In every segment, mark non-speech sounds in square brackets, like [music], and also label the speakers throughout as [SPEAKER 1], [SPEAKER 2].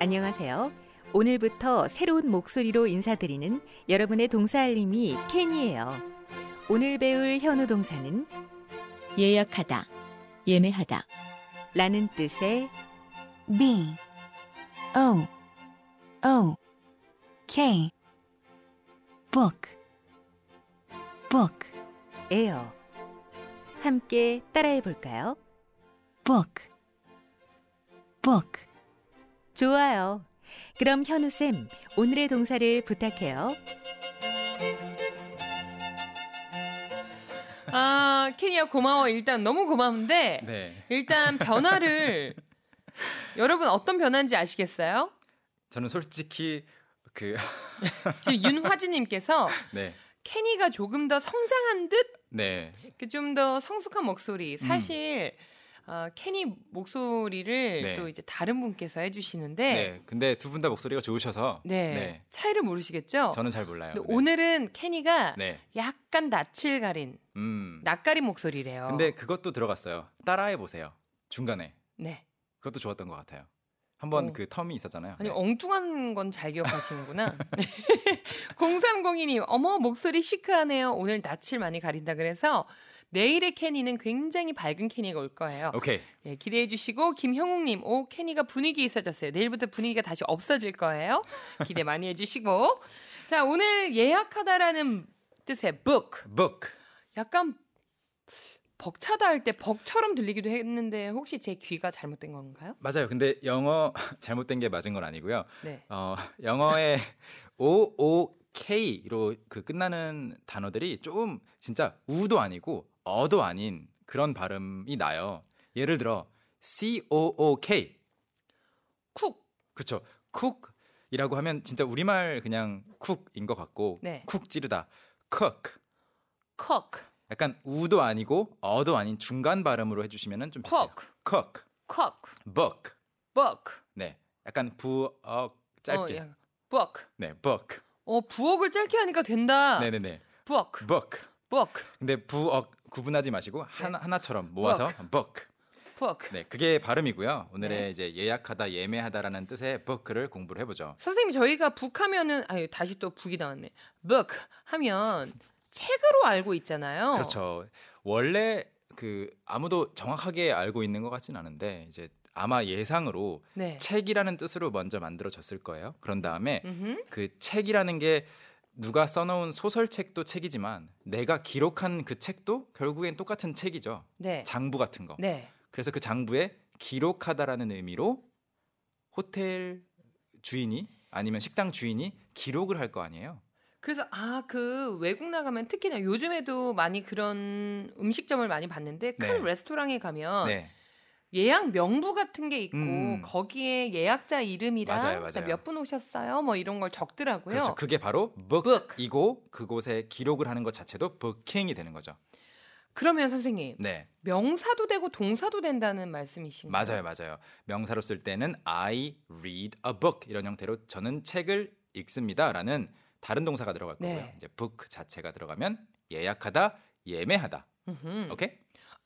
[SPEAKER 1] 안녕하세요. 오늘부터 새로운 목소리로 인사드리는 여러분의 동사 알림이 캔이에요. 오늘 배울 현우 동사는
[SPEAKER 2] 예약하다, 예매하다,
[SPEAKER 1] 라는 뜻의
[SPEAKER 3] B O O K book book
[SPEAKER 1] 에요. 함께 따라해 볼까요?
[SPEAKER 3] book book
[SPEAKER 1] 좋아요. 그럼 현우 쌤, 오늘의 동사를 부탁해요.
[SPEAKER 4] 아, 케니야 고마워. 일단 너무 고마운데
[SPEAKER 5] 네.
[SPEAKER 4] 일단
[SPEAKER 5] [laughs]
[SPEAKER 4] 변화를 여러분 어떤 변화인지 아시겠어요?
[SPEAKER 5] 저는 솔직히
[SPEAKER 4] [laughs]
[SPEAKER 5] 그
[SPEAKER 4] 지금 윤화진 님께서
[SPEAKER 5] 네.
[SPEAKER 4] 케니가 조금 더 성장한 듯
[SPEAKER 5] 네.
[SPEAKER 4] 좀 더 성숙한
[SPEAKER 5] 음.
[SPEAKER 4] 목소리. 사실 어, 케니 목소리를
[SPEAKER 5] 네.
[SPEAKER 4] 또 이제 다른 분께서 해
[SPEAKER 5] 네.
[SPEAKER 4] 주시는데
[SPEAKER 5] 근데 두 분 다 목소리가 좋으셔서
[SPEAKER 4] 네.
[SPEAKER 5] 네.
[SPEAKER 4] 차이를 모르시겠죠?
[SPEAKER 5] 저는 잘 몰라요.
[SPEAKER 4] 근데
[SPEAKER 5] 네.
[SPEAKER 4] 오늘은 케니가
[SPEAKER 5] 네.
[SPEAKER 4] 약간 낯을 가린
[SPEAKER 5] 음.
[SPEAKER 4] 낯가린 목소리래요.
[SPEAKER 5] 근데 그것도 들어갔어요. 따라해 보세요. 중간에.
[SPEAKER 4] 네.
[SPEAKER 5] 그것도 좋았던 것 같아요. 한번
[SPEAKER 4] 어.
[SPEAKER 5] 그 텀이 있었잖아요.
[SPEAKER 4] 아니
[SPEAKER 5] 네.
[SPEAKER 4] 엉뚱한 건 잘 기억하시는구나. [laughs] 0302님, 어머 목소리 시크하네요. 오늘 낯을 많이 가린다 그래서 내일의 캐니는 굉장히 밝은 캐니가 올 거예요.
[SPEAKER 5] 오케이.
[SPEAKER 4] 예, 기대해 주시고 김형욱님, 오 캐니가 분위기 있어졌어요. 내일부터 분위기가 다시 없어질 거예요. 기대 많이 해주시고 자 오늘 예약하다라는 뜻의 book
[SPEAKER 5] book.
[SPEAKER 4] 약간 벅차다 할 때 벅처럼 들리기도 했는데 혹시 제 귀가 잘못된 건가요?
[SPEAKER 5] 맞아요. 근데 영어 [laughs] 잘못된 게 맞은 건 아니고요.
[SPEAKER 4] 네.
[SPEAKER 5] 어, [laughs] 영어의 O O K로 그 끝나는 단어들이 좀 진짜 우도 아니고 어도 아닌 그런 발음이 나요. 예를 들어 C O O K
[SPEAKER 4] 쿡.
[SPEAKER 5] 그렇죠. 쿡이라고 하면 진짜 우리말 그냥 쿡인 것 같고
[SPEAKER 4] 네.
[SPEAKER 5] 쿡 찌르다 cook
[SPEAKER 4] 컥.
[SPEAKER 5] 약간 우도 아니고 어도 아닌 중간 발음으로 해주시면은 좀 비슷해요.
[SPEAKER 4] 쿡.
[SPEAKER 5] cook
[SPEAKER 4] 콱,
[SPEAKER 5] book
[SPEAKER 4] 벅.
[SPEAKER 5] 네 약간 부엌 짧게
[SPEAKER 4] 어, 야, 벅.
[SPEAKER 5] 네 book
[SPEAKER 4] 어, 부엌을 짧게 하니까 된다.
[SPEAKER 5] 네네네
[SPEAKER 4] 부엌,
[SPEAKER 5] book
[SPEAKER 4] 부엌,
[SPEAKER 5] 근데 부억 어, 구분하지 마시고
[SPEAKER 4] 네.
[SPEAKER 5] 하나, 하나처럼 모아서 book.
[SPEAKER 4] 부엌.
[SPEAKER 5] 네, 그게 발음이고요. 오늘의
[SPEAKER 4] 네.
[SPEAKER 5] 이제 예약하다, 예매하다라는 뜻의 book를 공부를 해보죠.
[SPEAKER 4] 선생님, 저희가 북하면은, 아유, 다시 또 북이 나왔네. 북 하면 책으로 알고 있잖아요.
[SPEAKER 5] 그렇죠. 원래 그 아무도 정확하게 알고 있는 것 같진 않은데 이제 아마 예상으로
[SPEAKER 4] 네.
[SPEAKER 5] 책이라는 뜻으로 먼저 만들어졌을 거예요. 그런 다음에
[SPEAKER 4] 음흠.
[SPEAKER 5] 그 책이라는 게 누가 써놓은 소설책도 책이지만 내가 기록한 그 책도 결국엔 똑같은 책이죠.
[SPEAKER 4] 네.
[SPEAKER 5] 장부 같은 거.
[SPEAKER 4] 네.
[SPEAKER 5] 그래서 그 장부에 기록하다라는 의미로 호텔 주인이 아니면 식당 주인이 기록을 할 거 아니에요.
[SPEAKER 4] 그래서 아, 그 외국 나가면 특히나 요즘에도 많이 그런 음식점을 많이 봤는데 큰
[SPEAKER 5] 네.
[SPEAKER 4] 레스토랑에 가면
[SPEAKER 5] 네.
[SPEAKER 4] 예약 명부 같은 게 있고
[SPEAKER 5] 음.
[SPEAKER 4] 거기에 예약자
[SPEAKER 5] 맞아요,
[SPEAKER 4] 이름이랑
[SPEAKER 5] 맞아요.
[SPEAKER 4] 몇 분 오셨어요? 뭐 이런 걸 적더라고요.
[SPEAKER 5] 그렇죠. 그게 바로
[SPEAKER 4] Book.
[SPEAKER 5] book이고 그곳에 기록을 하는 것 자체도 booking이 되는 거죠.
[SPEAKER 4] 그러면 선생님
[SPEAKER 5] 네.
[SPEAKER 4] 명사도 되고 동사도 된다는 말씀이신가요?
[SPEAKER 5] 맞아요. 맞아요. 명사로 쓸 때는 I read a book 이런 형태로 저는 책을 읽습니다라는 다른 동사가 들어갈 거고요.
[SPEAKER 4] 네.
[SPEAKER 5] 이제 book 자체가 들어가면 예약하다, 예매하다.
[SPEAKER 4] 음흠.
[SPEAKER 5] 오케이?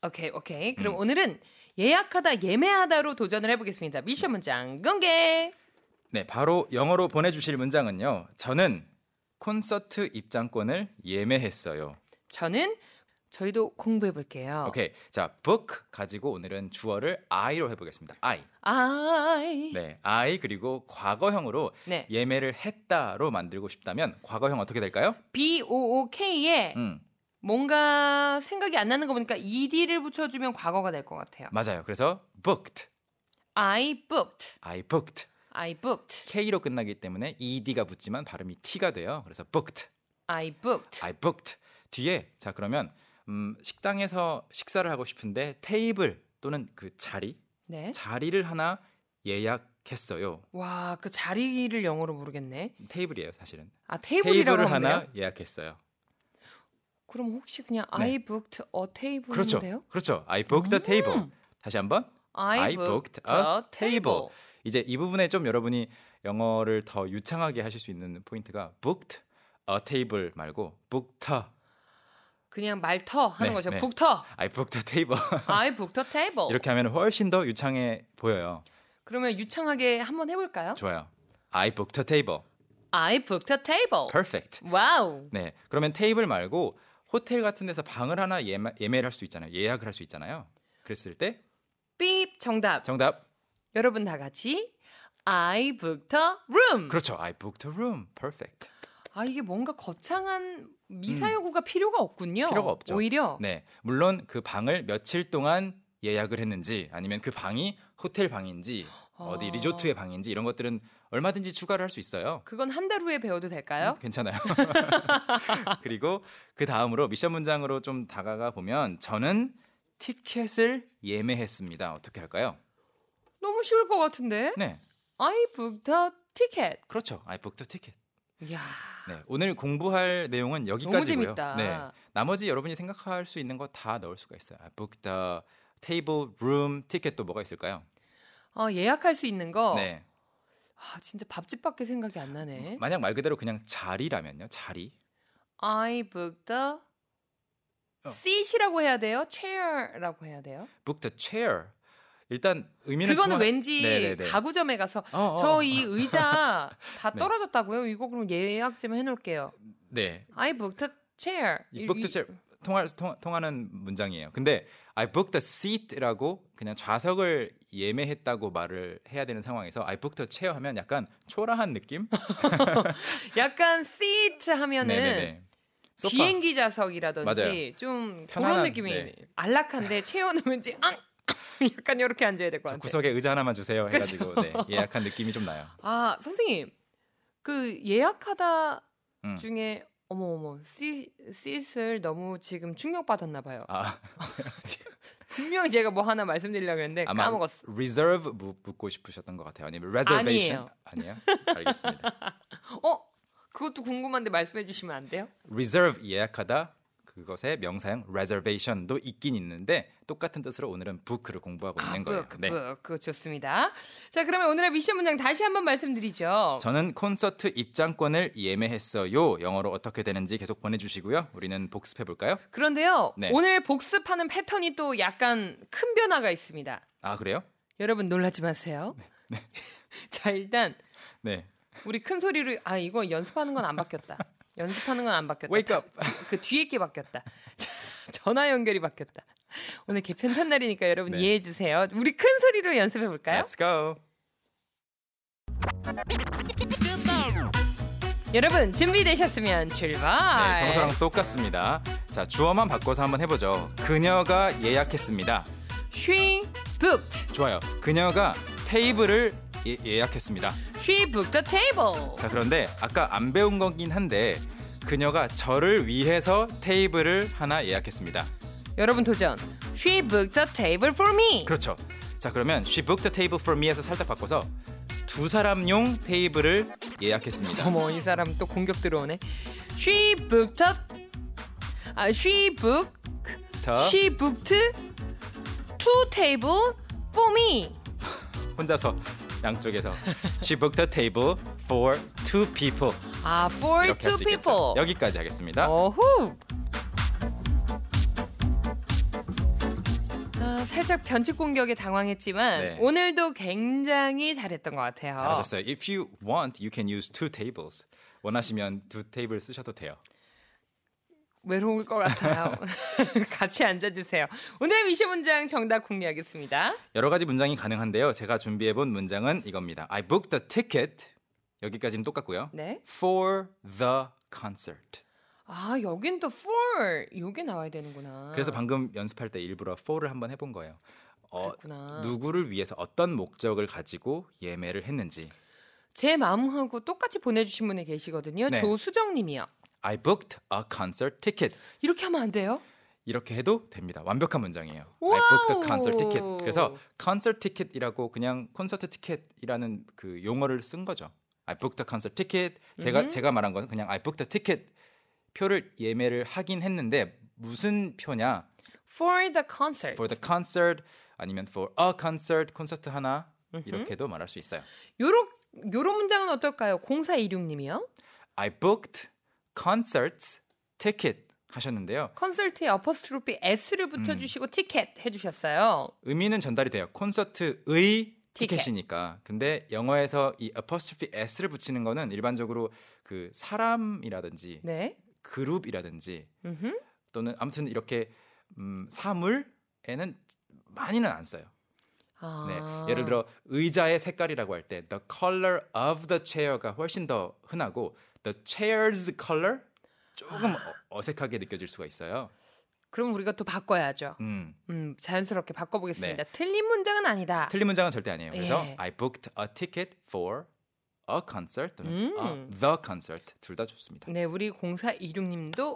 [SPEAKER 4] 오케이, 오케이. 그럼
[SPEAKER 5] 음.
[SPEAKER 4] 오늘은 예약하다, 예매하다로 도전을 해보겠습니다. 미션 문장 공개.
[SPEAKER 5] 네, 바로 영어로 보내주실 문장은요. 저는 콘서트 입장권을 예매했어요.
[SPEAKER 4] 저는 저희도 공부해볼게요.
[SPEAKER 5] 오케이, 자 book 가지고 오늘은 주어를 I로 해보겠습니다. I.
[SPEAKER 4] 아이. 네.
[SPEAKER 5] 네, I 그리고 과거형으로 예매를 했다로 만들고 싶다면 과거형 어떻게 될까요?
[SPEAKER 4] B-O-O-K에
[SPEAKER 5] 음,
[SPEAKER 4] 뭔가 생각이 안 나는 거 보니까 ED를 붙여주면 과거가 될 것 같아요.
[SPEAKER 5] 맞아요. 그래서 booked,
[SPEAKER 4] I booked.
[SPEAKER 5] I booked.
[SPEAKER 4] I booked.
[SPEAKER 5] K로 끝나기 때문에 ed가 붙지만 발음이 t가 돼요. 그래서 booked,
[SPEAKER 4] I booked.
[SPEAKER 5] I booked. 뒤에 자 그러면 음, 식당에서 식사를 하고 싶은데 테이블 또는 그 자리
[SPEAKER 4] 네.
[SPEAKER 5] 자리를 하나 예약했어요.
[SPEAKER 4] 와, 그 자리를 영어로 모르겠네.
[SPEAKER 5] 테이블이에요, 사실은.
[SPEAKER 4] 아,
[SPEAKER 5] 테이블을
[SPEAKER 4] 테이블이라고 하면
[SPEAKER 5] 하나
[SPEAKER 4] 돼요?
[SPEAKER 5] 예약했어요.
[SPEAKER 4] 그럼 혹시 그냥
[SPEAKER 5] 네.
[SPEAKER 4] I booked a table인데요?
[SPEAKER 5] 그렇죠. 그렇죠. I booked a table. 다시 한번.
[SPEAKER 4] I,
[SPEAKER 5] I
[SPEAKER 4] booked,
[SPEAKER 5] booked
[SPEAKER 4] a
[SPEAKER 5] a
[SPEAKER 4] table.
[SPEAKER 5] table. 이제 이 부분에 좀 여러분이 영어를 더 유창하게 하실 수 있는 포인트가 booked a table 말고 booked a.
[SPEAKER 4] 그냥 말터 하는
[SPEAKER 5] 네,
[SPEAKER 4] 거죠.
[SPEAKER 5] 네.
[SPEAKER 4] 북터.
[SPEAKER 5] [laughs] I booked a table.
[SPEAKER 4] 어. I booked a table.
[SPEAKER 5] 이렇게 하면 훨씬 더 유창해 보여요.
[SPEAKER 4] 그러면 유창하게 한번 해볼까요?
[SPEAKER 5] 좋아요. I booked a table.
[SPEAKER 4] I booked a table.
[SPEAKER 5] Perfect.
[SPEAKER 4] 와우.
[SPEAKER 5] 네. 그러면 테이블 말고 호텔 같은 데서 방을 하나 예매, 예매를 할 수 있잖아요. 예약을 할 수 있잖아요. 그랬을 때
[SPEAKER 4] 삐 정답.
[SPEAKER 5] 정답.
[SPEAKER 4] 여러분 다 같이 I booked a room.
[SPEAKER 5] 그렇죠. I booked a room. Perfect.
[SPEAKER 4] 아 이게 뭔가 거창한 미사여구가 필요가 없군요.
[SPEAKER 5] 음. 필요가 없죠.
[SPEAKER 4] 오히려
[SPEAKER 5] 네. 물론 그 방을 며칠 동안 예약을 했는지 아니면 그 방이 호텔 방인지 어디
[SPEAKER 4] 어.
[SPEAKER 5] 리조트의 방인지 이런 것들은 얼마든지 추가를 할 수 있어요. 음,
[SPEAKER 4] 그건 한 달 후에 배워도 될까요?
[SPEAKER 5] 괜찮아요. [laughs] 그리고 그 다음으로 미션 문장으로 좀 다가가 보면 저는 티켓을 예매했습니다. 어떻게 할까요?
[SPEAKER 4] 너무 쉬울 것 같은데.
[SPEAKER 5] 네.
[SPEAKER 4] I booked a ticket.
[SPEAKER 5] 그렇죠. I booked a ticket.
[SPEAKER 4] 이야.
[SPEAKER 5] 네. 오늘 공부할 내용은
[SPEAKER 4] 너무
[SPEAKER 5] 여기까지고요.
[SPEAKER 4] 재밌다.
[SPEAKER 5] 네. 나머지 여러분이 생각할 수 있는 거 다 넣을 수가 있어요. I booked a table, room, ticket 또 뭐가 있을까요?
[SPEAKER 4] 어, 예약할 수 있는 거.
[SPEAKER 5] 네. 음,
[SPEAKER 4] 아, 진짜 밥집밖에 생각이 안 나네.
[SPEAKER 5] 만약 말 그대로 그냥 자리라면요. 자리.
[SPEAKER 4] I booked a
[SPEAKER 5] 어.
[SPEAKER 4] seat이라고 해야 돼요? chair라고 해야 돼요?
[SPEAKER 5] booked a chair. 일단 의미는
[SPEAKER 4] 그거는
[SPEAKER 5] 통하-
[SPEAKER 4] 왠지
[SPEAKER 5] 네네네.
[SPEAKER 4] 가구점에 가서
[SPEAKER 5] 어, 어.
[SPEAKER 4] 저
[SPEAKER 5] [laughs]
[SPEAKER 4] 이 의자 다
[SPEAKER 5] 네.
[SPEAKER 4] 떨어졌다고요? 이거 그럼 예약 좀 해놓을게요.
[SPEAKER 5] 네.
[SPEAKER 4] I booked a chair.
[SPEAKER 5] 이 booked a chair 통할 통, 통하는 문장이에요. 근데 I booked a seat라고 그냥 좌석을 예매했다고 말을 해야 되는 상황에서 I booked a chair 하면 약간 초라한 느낌?
[SPEAKER 4] 약간 seat 하면은
[SPEAKER 5] 네, 소파.
[SPEAKER 4] 비행기 좌석이라든지
[SPEAKER 5] 맞아요.
[SPEAKER 4] 좀 그런
[SPEAKER 5] 편안한,
[SPEAKER 4] 느낌이
[SPEAKER 5] 네.
[SPEAKER 4] 안락한데 [laughs] 체어는 왠지 앙 약간 이렇게 앉아야 될 것
[SPEAKER 5] 저
[SPEAKER 4] 같아요.
[SPEAKER 5] 구석에 의자 하나만 주세요 해가지고 네, 예약한 느낌이 좀 나요.
[SPEAKER 4] 아 선생님 그 예약하다
[SPEAKER 5] 음.
[SPEAKER 4] 중에 어머 어머 씻을 너무 지금 충격 받았나 봐요.
[SPEAKER 5] [laughs] 아,
[SPEAKER 4] 분명히 제가 뭐 하나 말씀드리려고 했는데
[SPEAKER 5] 아마
[SPEAKER 4] 까먹었어.
[SPEAKER 5] reserve 묻- 묻고 싶으셨던 것 같아요. 아니면 reservation 아니에요? 알겠습니다.
[SPEAKER 4] 어 그것도 궁금한데 말씀해 주시면 안 돼요?
[SPEAKER 5] reserve 예약하다 그것의 명사형 reservation도 있긴 있는데 똑같은 뜻으로 오늘은 book를 공부하고
[SPEAKER 4] 아,
[SPEAKER 5] 있는 거예요.
[SPEAKER 4] 북,
[SPEAKER 5] 네.
[SPEAKER 4] 북. 그거 좋습니다. 자 그러면 오늘의 미션 문장 다시 한번 말씀드리죠.
[SPEAKER 5] 저는 콘서트 입장권을 예매했어요. 영어로 어떻게 되는지 계속 보내주시고요. 우리는 복습해 볼까요?
[SPEAKER 4] 그런데요
[SPEAKER 5] 네.
[SPEAKER 4] 오늘 복습하는 패턴이 또 약간 큰 변화가 있습니다.
[SPEAKER 5] 아 그래요?
[SPEAKER 4] 여러분 놀라지 마세요. [laughs] 자 일단
[SPEAKER 5] 네.
[SPEAKER 4] 우리 큰 소리로 아 이거 연습하는 건 안 바뀌었다. 연습하는 건 안 바뀌었다.
[SPEAKER 5] Wake up.
[SPEAKER 4] 그 뒤에 게 바뀌었다. [laughs] 자, 전화 연결이 바뀌었다. 오늘 개편 첫날이니까 여러분
[SPEAKER 5] 네.
[SPEAKER 4] 이해해 주세요. 우리 큰 소리로 연습해 볼까요?
[SPEAKER 5] Let's go.
[SPEAKER 4] 여러분 준비되셨으면 출발.
[SPEAKER 5] 네, 평소랑 똑같습니다. 자, 주어만 바꿔서 한번 해보죠. 그녀가 예약했습니다.
[SPEAKER 4] She booked.
[SPEAKER 5] 좋아요. 그녀가 테이블을 예, 약했습니다
[SPEAKER 4] She booked a table.
[SPEAKER 5] 자, 그런데 아까 안 배운 거긴 한데 그녀가 저를 위해서 테이블을 하나 예약했습니다.
[SPEAKER 4] 여러분 도전. She booked a table for me.
[SPEAKER 5] 그렇죠. 자, 그러면 she booked a table for me에서 살짝 바꿔서 두 사람용 테이블을 예약했습니다.
[SPEAKER 4] 어머 이 사람 또 공격 들어오네. She booked a 아, she booked
[SPEAKER 5] 더
[SPEAKER 4] She booked two table for me.
[SPEAKER 5] 혼자서 양쪽에서 she booked a table for two people
[SPEAKER 4] 아, for
[SPEAKER 5] 이렇게 할
[SPEAKER 4] two
[SPEAKER 5] 수
[SPEAKER 4] people.
[SPEAKER 5] 있겠죠. 여기까지 하겠습니다.
[SPEAKER 4] 어후. 아, 살짝 변칙 공격에 당황했지만
[SPEAKER 5] 네.
[SPEAKER 4] 오늘도 굉장히 잘했던 것 같아요.
[SPEAKER 5] 잘하셨어요. If you want, you can use two tables. 원하시면 두 테이블 쓰셔도 돼요.
[SPEAKER 4] 외로울 것
[SPEAKER 5] [laughs]
[SPEAKER 4] 같아요. [laughs] 같이 앉아주세요. 오늘 미션 문장 정답 공개하겠습니다.
[SPEAKER 5] 여러 가지 문장이 가능한데요. 제가 준비해 본 문장은 이겁니다. I booked a ticket. 여기까지는 똑같고요.
[SPEAKER 4] 네.
[SPEAKER 5] For the concert.
[SPEAKER 4] 아, 여긴 또 for 요게 나와야 되는구나.
[SPEAKER 5] 그래서 방금 연습할 때 일부러 for를 한번 해본 거예요. 어,
[SPEAKER 4] 그렇구나. 아.
[SPEAKER 5] 누구를 위해서 어떤 목적을 가지고 예매를 했는지.
[SPEAKER 4] 제 마음하고 똑같이 보내주신 분이 계시거든요.
[SPEAKER 5] 네.
[SPEAKER 4] 조수정님이요.
[SPEAKER 5] I booked a concert ticket.
[SPEAKER 4] 이렇게 하면 안 돼요?
[SPEAKER 5] 이렇게 해도 됩니다. 완벽한 문장이에요. I
[SPEAKER 4] 와우!
[SPEAKER 5] booked a concert ticket. 그래서 concert ticket이라고 그냥 콘서트 티켓이라는 그 용어를 쓴 거죠. I booked a concert ticket. 제가
[SPEAKER 4] 음.
[SPEAKER 5] 제가 말한 건 그냥 I booked a ticket 표를 예매를 하긴 했는데 무슨 표냐?
[SPEAKER 4] For the concert.
[SPEAKER 5] For the concert 아니면 for a concert 콘서트 하나 이렇게도 말할 수 있어요.
[SPEAKER 4] 요런 요런 문장은 어떨까요? 0426님이요.
[SPEAKER 5] I booked concerts ticket 하셨는데요.
[SPEAKER 4] 컨설트에
[SPEAKER 5] 음.
[SPEAKER 4] 어퍼스트로피 S를 붙여주시고 티켓 해주셨어요.
[SPEAKER 5] 의미는 전달이 돼요. 콘서트의
[SPEAKER 4] 티켓.
[SPEAKER 5] 티켓이니까. 근데 영어에서 이 apostrophe s를 붙이는 거는 일반적으로 그 사람이라든지
[SPEAKER 4] 네.
[SPEAKER 5] 그룹이라든지
[SPEAKER 4] 음흠.
[SPEAKER 5] 또는 아무튼 이렇게 음, 사물에는 많이는 안 써요. 네.
[SPEAKER 4] 아.
[SPEAKER 5] 예를 들어 의자의 색깔이라고 할 때 the color of the chair가 훨씬 더 흔하고 the chair's color
[SPEAKER 4] 아.
[SPEAKER 5] 조금 어- 어색하게 느껴질 수가 있어요.
[SPEAKER 4] 그럼 우리가 또 바꿔야죠.
[SPEAKER 5] 음.
[SPEAKER 4] 음, 자연스럽게 바꿔보겠습니다. 틀린 문장은 아니다.
[SPEAKER 5] 네. 틀린 문장은 절대 아니에요. 그래서
[SPEAKER 4] 예.
[SPEAKER 5] I booked a ticket for a concert 또는
[SPEAKER 4] 음.
[SPEAKER 5] a, the concert 둘 다 좋습니다.
[SPEAKER 4] 네, 우리 공사 26님도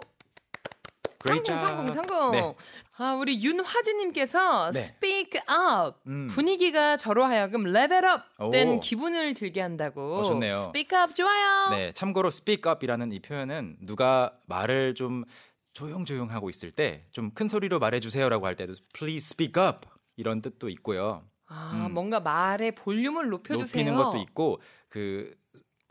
[SPEAKER 5] Great
[SPEAKER 4] 성공 성공
[SPEAKER 5] job.
[SPEAKER 4] 성공.
[SPEAKER 5] 네.
[SPEAKER 4] 아, 우리 윤화진님께서
[SPEAKER 5] 네.
[SPEAKER 4] speak up
[SPEAKER 5] 음.
[SPEAKER 4] 분위기가 저로 하여금 레벨
[SPEAKER 5] 오.
[SPEAKER 4] 업된 기분을 들게 한다고.
[SPEAKER 5] 어, 좋네요.
[SPEAKER 4] speak up 좋아요.
[SPEAKER 5] 네, 참고로 speak up이라는 이 표현은 누가 말을 좀 조용조용 하고 있을 때 좀 큰 소리로 말해 주세요라고 할 때도 please speak up 이런 뜻도 있고요.
[SPEAKER 4] 아,
[SPEAKER 5] 음.
[SPEAKER 4] 뭔가 말의 볼륨을 높여주세요.
[SPEAKER 5] 높이는 것도 있고 그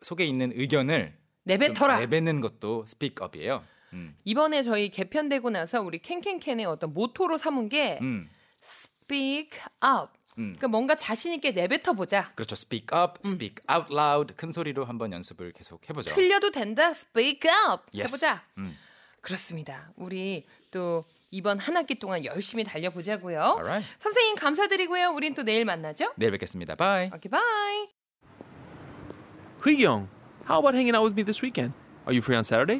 [SPEAKER 5] 속에 있는 의견을 좀
[SPEAKER 4] 내뱉어라.
[SPEAKER 5] 내뱉는 것도 speak up이에요. 음.
[SPEAKER 4] 이번에 저희 개편되고 나서 우리 캔캔캔의 어떤 모토로 삼은 게
[SPEAKER 5] 음.
[SPEAKER 4] speak up.
[SPEAKER 5] 음.
[SPEAKER 4] 그러니까 뭔가 자신 있게 내뱉어 보자.
[SPEAKER 5] 그렇죠. speak up,
[SPEAKER 4] 음.
[SPEAKER 5] speak out loud 큰 소리로 한번 연습을 계속 해 보죠.
[SPEAKER 4] 틀려도 된다. speak up. 해보자.
[SPEAKER 5] 음.
[SPEAKER 4] 그렇습니다. 우리 또 이번 한 학기 동안 열심히 달려보자고요.
[SPEAKER 5] Alright.
[SPEAKER 4] 선생님 감사드리고요. 우린 또 내일 만나죠.
[SPEAKER 5] 내일 뵙겠습니다. 바이.
[SPEAKER 4] 오케이 바이.
[SPEAKER 6] Young, how about hanging out with me this weekend? Are you free on Saturday?